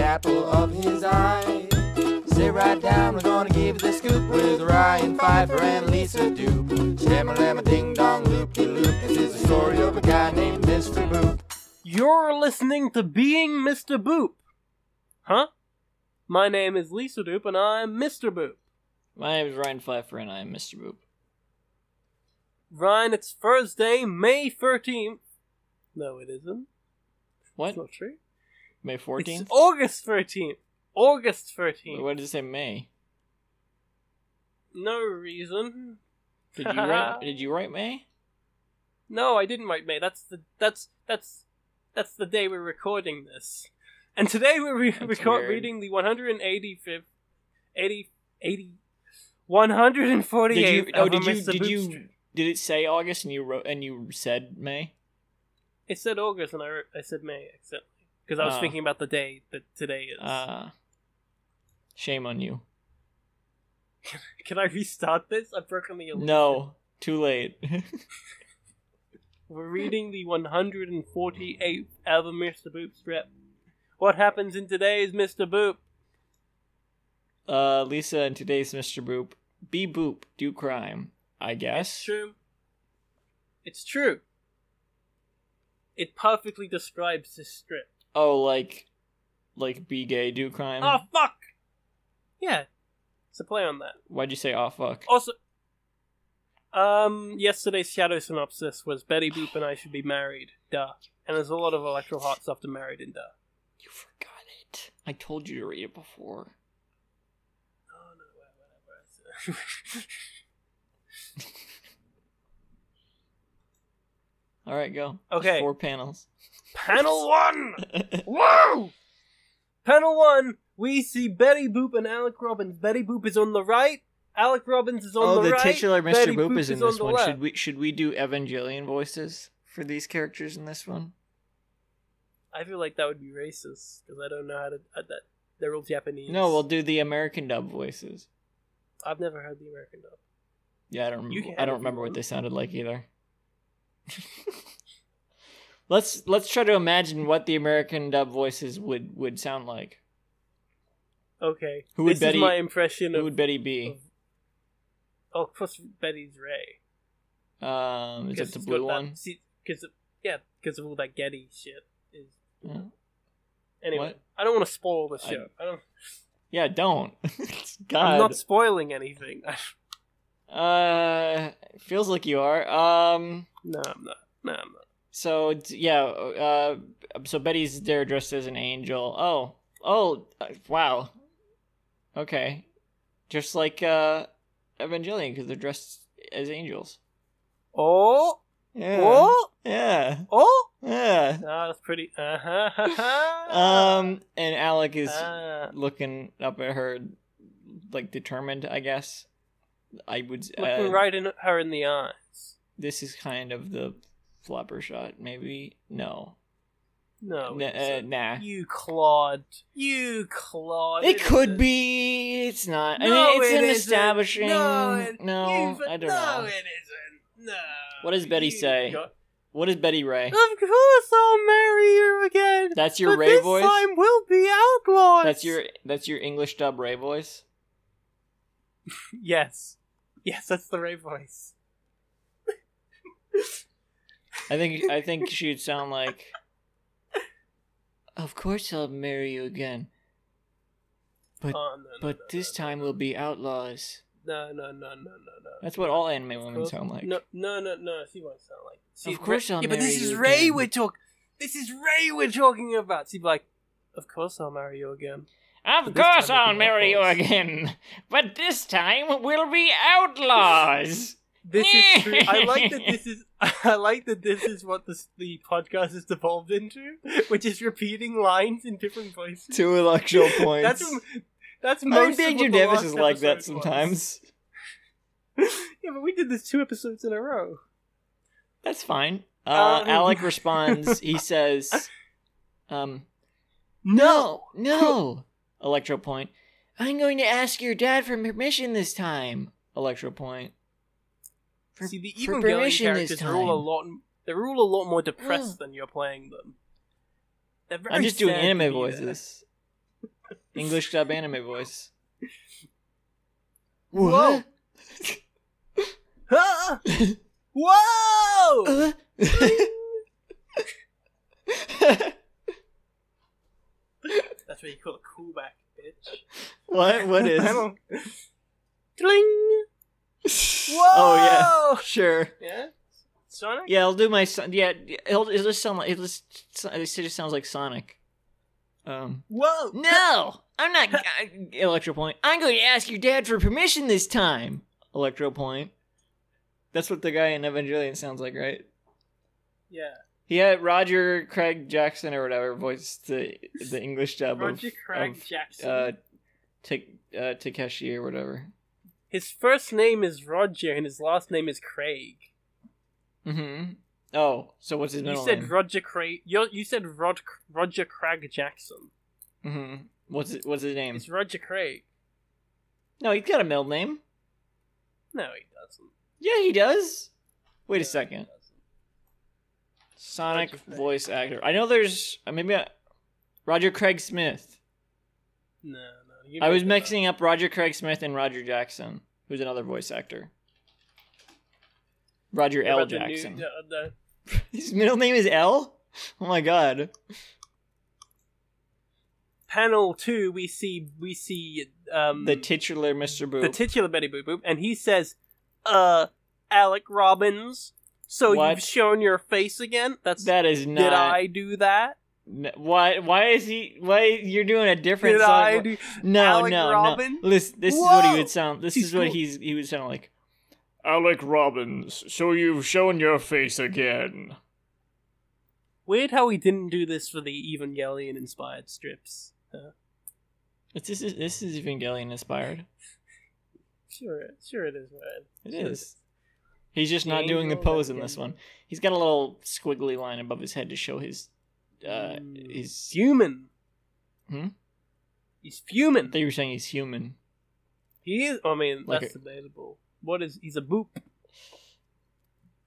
of his eye. Sit right down, we're gonna give you the scoop with Ryan Pfeiffer and Lisa Dupe. Shamma lamma ding dong loop de loop. This is the story of a guy named Mr. Boop. You're listening to Being Mr. Boop. Huh? My name is Lisa Doop and I'm Mr. Boop. My name is Ryan Pfeiffer, and I am Mr. Boop. Ryan, it's Thursday, May 13th. No, it isn't. What? That's not true. May 14th? It's oh! August 13th. August 13th. Why did it say May? No reason. Did you write? did you write May? No, I didn't write May. That's the that's that's that's the day we're recording this. And today we're re- That's record- weird. reading the 185th 80 80 148th Did you? of Oh, a did you? Mr. Did Boop you? Street. Did it say August and you wrote and you said May? It said August and I wrote- I said May accidentally because I was Oh. thinking about the day that today is. Uh shame on you. Can I restart this? I've broken the illusion. No, too late. We're reading the 148th album, Mr. Boop strip. What happens in today's Mr. Boop? uh, Lisa and today's Mr. Boop. Be boop, do crime. I It's guess. true. It's true. It perfectly describes this strip. Oh, like, like be gay, do crime. oh fuck! Yeah. It's a play on that. Why'd you say oh fuck? Also Um yesterday's shadow synopsis was Betty Boop and I should be married, duh. And there's a lot of electro heart stuff to married in duh. You forgot it. I told you to read it before. Oh no, whatever. All right, go. There's Okay. Four panels. Panel one! Whoa! Panel one, we see Betty Boop and Alec Robbins. Betty Boop is on the right. Alec Robbins is on oh, the, the, right. titular Mr. Betty Boop is in on this the one. left. Should we should we do Evangelion voices for these characters in this one? I feel like that would be racist because I don't know how to. Uh, that they're all Japanese. No, we'll do the American dub voices. I've never heard the American dub. Yeah, I don't. You Remember, can I don't if you remember what want. they sounded like either. let's let's try to imagine what the American dub voices would would sound like. Okay, Who would this Betty- is my impression Who of. would Betty be? oh, of course, Betty's Ray. Um, is it the blue one? Because yeah, because of all that Getty shit. Is Yeah. anyway. What? I don't want to spoil the I- show. I, don't. Yeah, don't. I'm God, not spoiling anything. uh, feels like you are. Um, no, I'm not. No, I'm not. So it's- yeah, uh, so Betty's there dressed as an angel. Oh, oh, uh, wow. Okay, just like uh, Evangelion because they're dressed as angels. Oh, Yeah, oh, yeah, oh. yeah. Ah, that's pretty. Uh-huh. Um, and Alec is uh, Ah. looking up at her, like determined. I guess I would. looking uh, right in her in the eyes. This is kind of the flopper shot. Maybe no, No, N- Oh, it's uh, a- nah. you Claude, you Claude. It could be. It's not. I No, mean, it's it an isn't. establishing. No, it- no, I no, don't know. it isn't. No. What does Betty you say? got- What is Betty Ray? Of course, I'll marry you again. That's your but Ray this voice. time we'll be outlaws. That's your that's your English dub Ray voice. Yes, yes, that's the Ray voice. I think I think she'd sound like. Of course, I'll marry you again, But- oh, no, no, but no, this no, time we'll be outlaws. No, no, no, no, no, no. That's what all anime women sound like. No, no, no, no. She won't sound like. She, Of course I'll yeah, but this marry is you Ray again. we're talking. This is Ray we're talking about. She'd be like, "Of course I'll marry you again." Of But this course, time we'll I'll be marry you outlaws. again, but this time we'll be outlaws. This is true. I like that this is. I like that this is what this, the podcast has devolved into, which is repeating lines in different places. Two intellectual That's that's most. I of think Danger what the Davis last is like that episode was. sometimes. yeah, but we did this two episodes in a row. That's fine. Uh, Um. Alec responds. He says, um, "No, no, Electro Point. I'm going to ask your dad for permission this time, Electro Point. For- See, the for Evangelion permission this characters are all a time. lot. They're all a lot more depressed than you're playing them. They're very I'm just doing sad to anime be there. voices. English dub anime voice. Whoa. Huh? Ah! Whoa! Whoa. That's what you call a coolback, bitch. what? What is? I don't. Tling! Whoa! Oh yeah. Sure. yeah. Yeah? Sonic? Yeah, I'll do my son. Yeah, it'll, it'll just sound like it'll just, it just sounds like Sonic. Um. Whoa! No, I'm not. I, Electro Point. I'm going to ask your dad for permission this time. Electro Point. That's what the guy in Evangelion sounds like, right? Yeah. He had Roger Craig Jackson or whatever voiced the the English dub Roger of, Craig of, Jackson. uh, T- uh, Takeshi or whatever. his first name is Roger and his last name is Craig. Mm-hmm. Oh, so what's his You middle said name? Roger Craig. You're, you said Rod, Roger Craig Jackson. mm-hmm. What's it, what's his name? It's Roger Craig. No, he's got a middle name. No, he doesn't. Yeah, he does. Wait No, a second. he doesn't. Sonic Roger Craig. voice actor. I know there's uh, maybe I, Roger Craig Smith. No, no. you I was made that up. mixing up Roger Craig Smith and Roger Jackson, who's another voice actor. Roger What L. about the new- Jackson. the- the- His middle name is L. Oh my god. panel two, we see we see um, The titular Mr. Boo. the titular Betty Boop Boop, and he says, "Uh, Alec Robbins, so What? you've shown your face again. That's that is did not. I do that? n- why? Why is he? Why you're doing a different Did song? I do? no, Alec no, Robbins? no. Listen, this is what he Whoa! would sound. This He's is what cool. he's he would sound like. Alec Robbins, so you've shown your face again. Weird how we didn't do this for the Evangelion inspired strips. Huh? It's, this is this is Evangelion inspired. Sure, sure it is. Right? It Sure is. He's just not doing the Angel pose in this again. one. He's got a little squiggly line above his head to show his. Uh, Mm. his. He's human. Hmm? He's I human. thought you were saying he's human. He is. I mean, Like that's a- debatable. What is? He's a boop.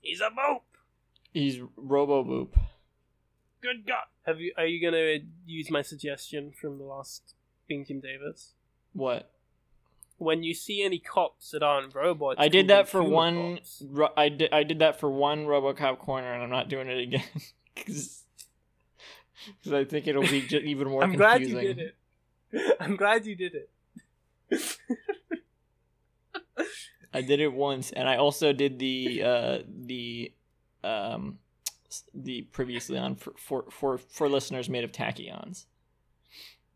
He's a boop. He's Robo Boop. Good God! Have you? Are you gonna use my suggestion from the last Being Jim Davis? What? When you see any cops that aren't robots, I did call them that for human one. cops. Ro- I did. I did that for one RoboCop corner, and I'm not doing it again because I think it'll be ju- even more I'm glad confusing. you did it. I'm glad you did it. I did it once, and I also did the uh, the um, s- the previously on for for for, for listeners made of tachyons.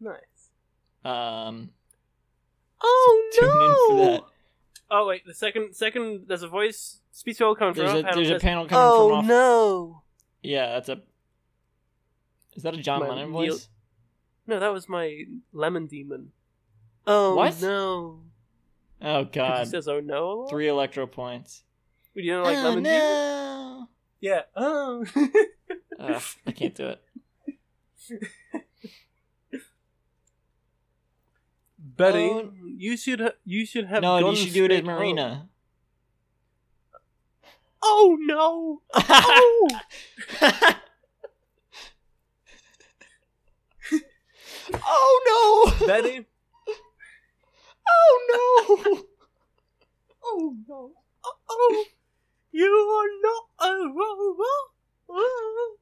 Nice. Um, Oh tune in for that. Oh wait, the second second there's a voice speech bubble coming from There's our a panel. there's a says, panel coming Oh from off. no! Yeah, that's a. Is that a John My Lennon Neil- voice? No, that was my lemon demon. Oh What? no! Oh 'Cause God! He says, "Oh no." a lot? Three electro points. Wait, You don't like lemon demon? Oh, no! Yeah. Oh. Ugh, I can't do it. Betty, Oh. Um, you should ha- you should have no, you gone should do it as straight home. Marina. Oh no! Oh! oh no! Betty, Oh no! oh no! Oh, oh, you are not a robot. Oh.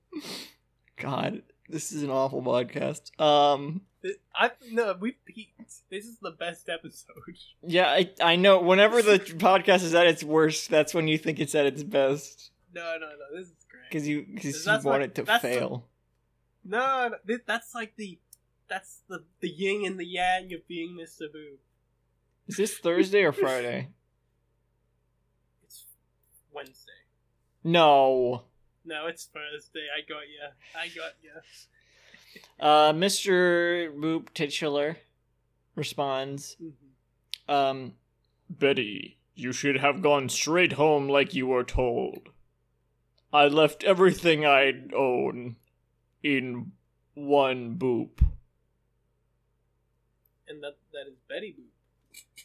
God, this is an awful podcast. Um, Th- I no, we peaked. This is the best episode. yeah, I I know. Whenever the podcast is at its worst, that's when you think it's at its best No, no, no. This is great. because you because you That's want what- it to that's what- fail. No, no th- that's like the that's the the yin and the yang of being Mr. Boo. Is this Thursday or Friday? It's Wednesday. No. No, it's Thursday. I got ya. I got ya. Uh, Mr. Boop Titular responds. Mm-hmm. Um, Betty, you should have gone straight home like you were told. I left everything I own in one boop. And that that is Betty Boo,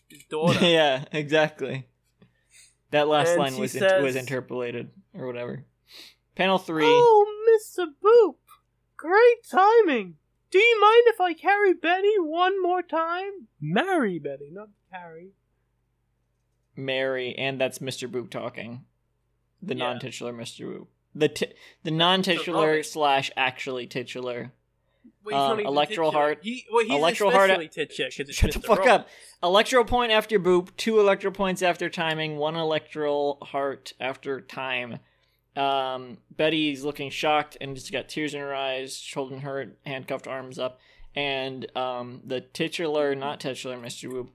his daughter. yeah, exactly. That last And line she was says- in- was interpolated or whatever. Panel three. oh, Mr. Boop, great timing. Do you mind if I carry Betty one more time? Marry Betty, not carry. Mary, and that's Mr. Boop talking. The Yeah. Oh. non-titular Mr. Boop. The ti- the non-titular Robert. slash actually titular. Well, he's Um, not even Electoral titular. Heart- He, well, he's Electoral Heart- uh, especially titular 'cause it's Shut the Mr. fuck Robert. up. Electro point after boop, two electro points after timing, one electoral heart after time. Um, Betty's looking shocked and just got tears in her eyes, holding her handcuffed arms up. And um, the titular, not titular, Mr. Boop,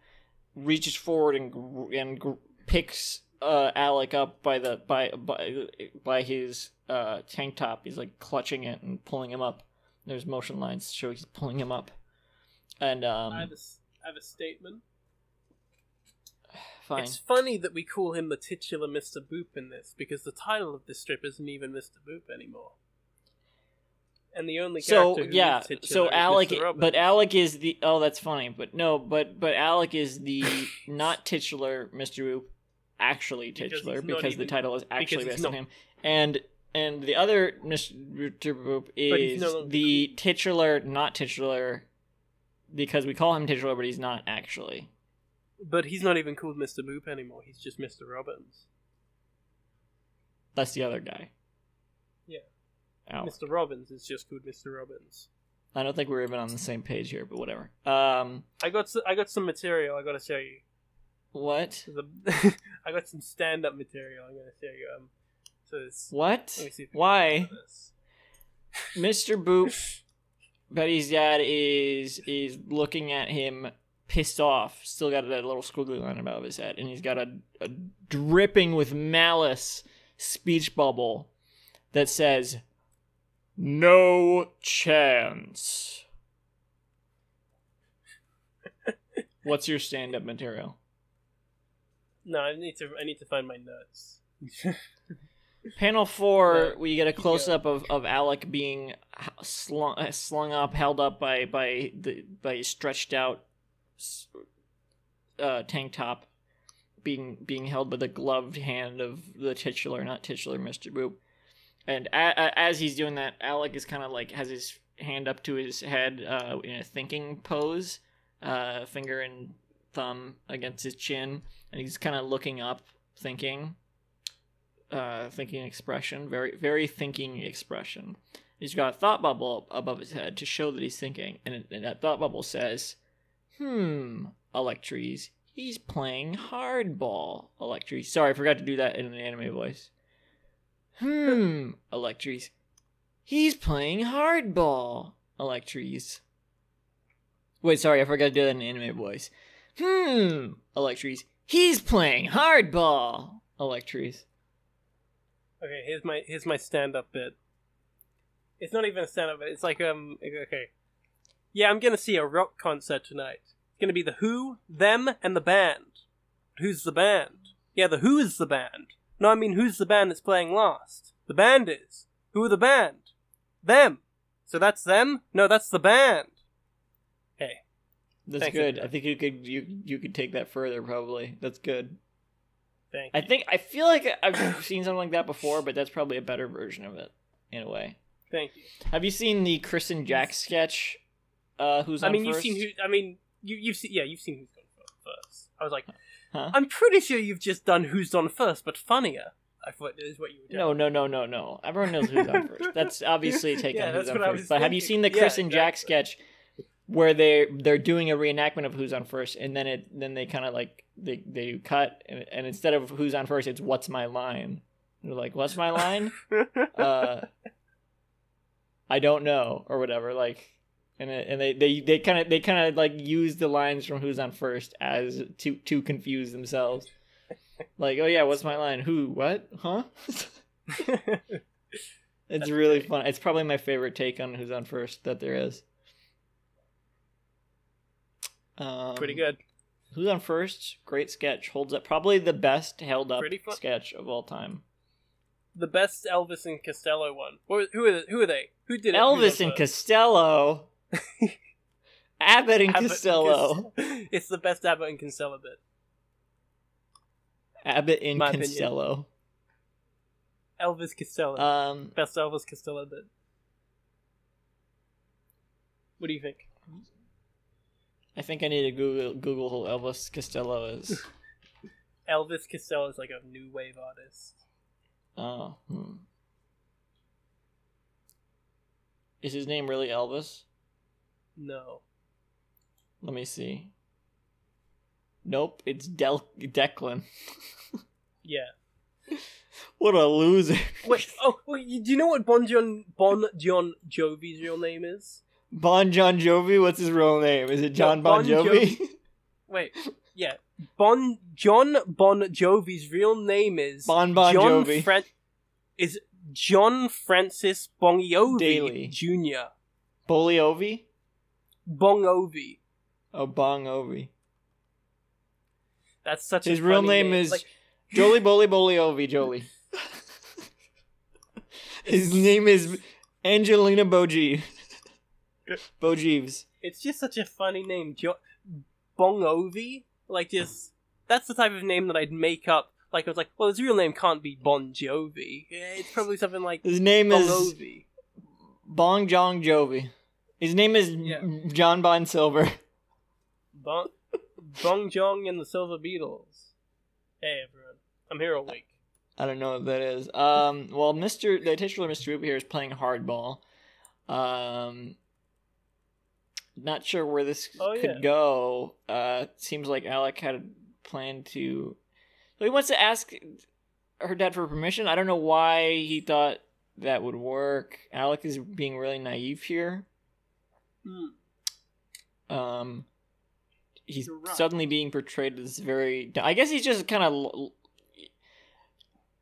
reaches forward and gr- and gr- picks uh, Alec up by the by by by his uh, tank top. He's like clutching it and pulling him up. There's motion lines to show he's pulling him up. And um, I have, a s I have a statement. Fine. It's funny that we call him the titular Mr. Boop in this because the title of this strip isn't even Mr. Boop anymore. And the only so character who yeah, is titular so is Alec, Mr. Robert. but Alec is the oh that's funny, but no, but but Alec is the not titular Mr. Boop, actually Because he's titular not because, the even- title is actually he's based on not- him, and and the other Mr. Boop he's is no longer the titular not titular because we call him titular, but he's not actually. but he's not even called Mr. Boop anymore. He's just Mr. Robbins. That's the other guy. Yeah. Alec. Mr. Robbins is just called Mr. Robbins. I don't think we're even on the same page here, but whatever. Um, I got s I got some material I gotta show you. what? The- I got some stand up material I'm gonna show you. Um, so it's, What? let me see if I can Why? find this. Mr. Boop, Betty's dad is is looking at him pissed off. Still got that little squiggly line above his head, and he's got a, a dripping with malice speech bubble that says, No chance. "What's your stand-up material?" No, I need to I need to find my notes. Panel four, No, we get a close up of, of Alec being h- slung, uh, slung up, held up by by the by his stretched out s- uh, tank top, being being held by the gloved hand of the titular, not titular, Mister Boop. And a- a- as he's doing that, Alec is kind of like has his hand up to his head uh, in a thinking pose, uh, finger and thumb against his chin, and he's kind of looking up, thinking uh, thinking expression, very very thinking expression. He's got a thought bubble above his head to show that he's thinking, and, and that thought bubble says, "Hmm, Electries, he's playing hardball." Electries, sorry, I forgot to do that in an anime voice. Hmm, Electries, he's playing hardball. Electries. Wait, sorry, I forgot to do that in an anime voice. Hmm, Electries, he's playing hardball. Electries. Okay, here's my here's my stand up bit. It's not even a stand up bit. It's like um okay. Yeah, I'm gonna see a rock concert tonight. It's gonna be the Who, them, and the band. Who's the band? Yeah, the Who is the band. No, I mean who's the band that's playing last? The band is. Who are the band? Them. So that's them? No, that's the band. Okay. That's Thanks, good. Edgar. I think you could you you could take that further probably. That's good. Thank I you. think I feel like I've seen something like that before, but that's probably a better version of it in a way. Thank you. Have you seen the Chris and Jack sketch? Uh, who's I on mean, first? you've seen who. I mean, you, you've seen. Yeah, you've seen who's gone fir- first. I was like, Huh? I'm pretty sure you've just done who's on first, but funnier. I thought is what you were doing. No, no, no, no, no. Everyone knows who's on first. That's obviously taken Yeah, who's that's on what I was first. But have you thinking. seen the Chris Yeah, and Jack exactly. sketch where they they're doing a reenactment of who's on first, and then it then they kind of like they they do cut, and, and instead of who's on first, it's what's my line. They're like, what's my line? uh, I don't know or whatever. Like, and it- and they they they kind of they kind of like use the lines from Who's on First as to to confuse themselves. Like, oh yeah, what's my line? Who? What? Huh? it's really fun. It's probably my favorite take on Who's on First that there is. Um, pretty good. Who's on first? Great sketch. Holds up. Probably the best held up Pretty fun. sketch of all time. The best Elvis and Costello one. What, was- who are who are they? Who did it? Elvis and Costello. Abbott and Costello. it's the best Abbott and Costello bit. Abbott and My opinion. Costello. Elvis Costello. Um, best Elvis Costello bit. What do you think? I think I need to Google Google who Elvis Costello is. Elvis Costello is like a new wave artist. oh. Hmm. Is his name really Elvis? No. Let me see. Nope, it's Del Declan. Yeah. What a loser. Wait. Oh, wait, you- do you know what Bon John Bon John Jovi's real name is? Bon John Jovi, what's his real name? Is it John Bon, Bon Jovi? Wait. Yeah. Bon John Bon Jovi's real name is bon Bon John Jovi. Fran- is John Francis Bongiovi Daly. Jr. Boliovi? Bongovi. Oh, Bong Ovi. That's such a His real funny name is Like, Jolie Boli Boli Ovi Jolie. His name is Angelina Bogie. Bojeeves. it's just such a funny name, jo- Bongovi. Like just that's the type of name that I'd make up. Like I was like, well, his real name can't be Bon Jovi. Eh, It's probably something like His name Oh, is Bongovi. Bong Jong Jovi. His name is Yeah. John Bon Silver. Bong Bong Jong and the Silver Beetles. Hey everyone, I'm here all week. I don't know what that is. Um, well, Mr. The titular Mr. Uber here is playing hardball. Um, not sure where this Oh, could yeah. go. Uh, seems like Alec had a plan to. So he wants to ask her dad for permission. I don't know why he thought that would work. Alec is being really naive here. Hmm. Um, he's You're right. suddenly being portrayed as very. I guess he's just kind of.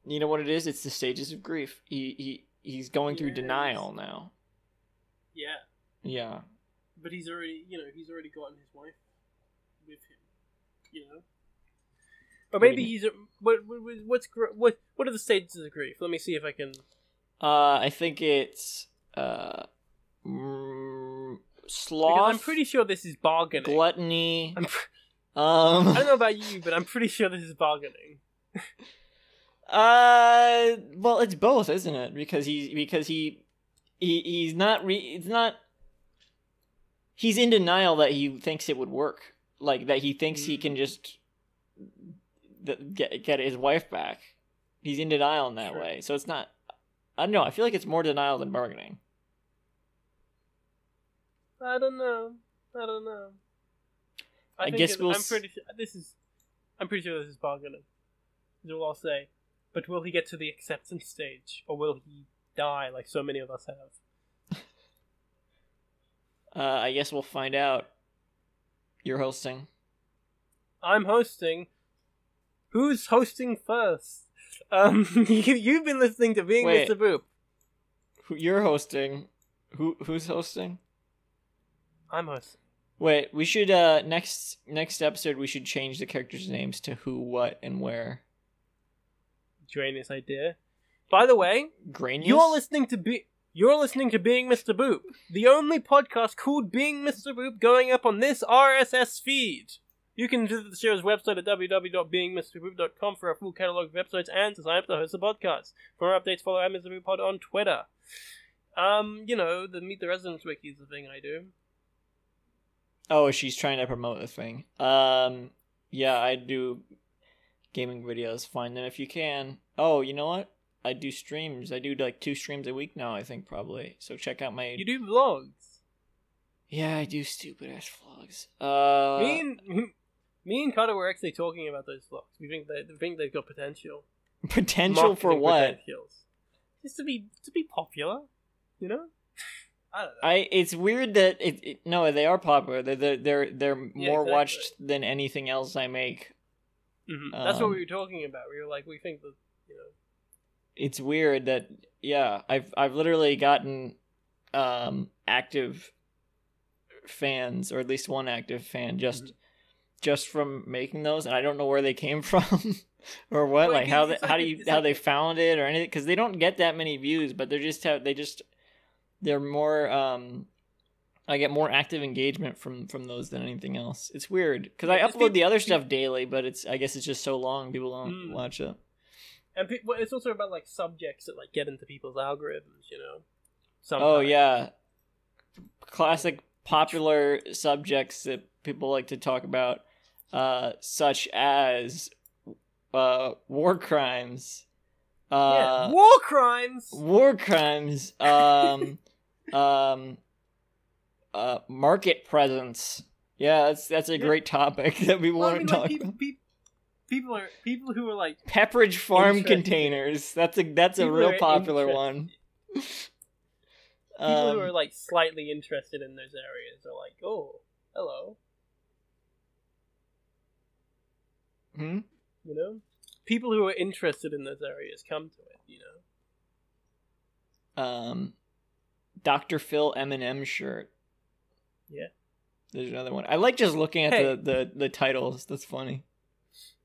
You know what it is? It's the stages of grief. He he he's going through Yes. denial now. Yeah, Yeah. but he's already you know he's already gotten his wife with him, you know. Or I mean- maybe he's a, what, what what's gr- what what are the stages of grief? Let me see if I can. Uh, I think it's uh, mm, Because sloth. I'm pretty sure this is bargaining. gluttony. I'm pr- I um. don't know about you, but I'm pretty sure this is bargaining. Uh. Well, it's both, isn't it? Because he because he, he he's not re. It's not. He's in denial that he thinks it would work. Like that he thinks he can just th- get get his wife back. He's in denial in that Sure. way. So it's not. I don't know. I feel like it's more denial than bargaining. I don't know. I don't know. I think guess it- we'll I'm s- pretty sure this is. I'm pretty sure this is bargaining. Is all I'll say. But will he get to the acceptance stage, or will he die like so many of us have? Uh, I guess we'll find out. You're hosting. I'm hosting. Who's hosting first? Um, you, you've been listening to Being Wait. Mr. Boop. Who- You're hosting. Who who's hosting? I'm hosting. Wait, we should uh next next episode we should change the characters' names to who, what, and where. Drainus idea. By the way, Granius. You're listening to be you're listening to Being Mr. Boop, the only podcast called Being Mr. Boop going up on this RSS feed. You can visit the show's website at www.beingmrboop.com for a full catalog of episodes and to sign up to host the podcast. For more updates, follow at Mr. Boop Pod on Twitter. Um, you know, the Meet the Residents wiki is the thing I do. Oh, she's trying to promote the thing. Um, yeah, I do gaming videos. Find them if you can. Oh, you know what? I do streams. I do like two streams a week now. I think probably. So check out my. You do vlogs. yeah, I do stupid ass vlogs. Uh, me and me and Carter were actually talking about those vlogs. We think they we think they've got potential. potential for Marketing what? potentials. Just to be to be popular, you know. I don't know. I it's weird that it, it no they are popular they're they're they're, they're more exactly. watched than anything else I make. Mm-hmm. That's what um, we were talking about. We were like, we think that you know. It's weird that yeah I've I've literally gotten um active fans or at least one active fan just Mm-hmm. just from making those and I don't know where they came from or what Well, like it- how they, it's how like do a- you it's how like they a- found it or anything because they don't get that many views but they're just have they just they're more um I get more active engagement from from those than anything else. It's weird because I Yeah, 'cause upload the peop- other peop- stuff daily, but it's I guess it's just so long people don't Mm. watch it. And pe- well, it's also about like subjects that like get into people's algorithms, you know. Oh Sometimes. yeah, classic popular subjects that people like to talk about, uh, such as uh, war crimes. Uh, yeah. War crimes. war crimes um um uh market presence yeah that's that's a Yeah. great topic that we Well, I want mean, to talk like, people, about people are people who are like pepperidge farm Interesting. containers that's a that's a People real are popular interest- one people um, who are like slightly interested in those areas are like, oh, hello, hmm? you know. People who are interested in those areas come to it, you know. um dr phil eminem shirt Yeah. there's another one i like just looking at Hey. the, the the titles that's funny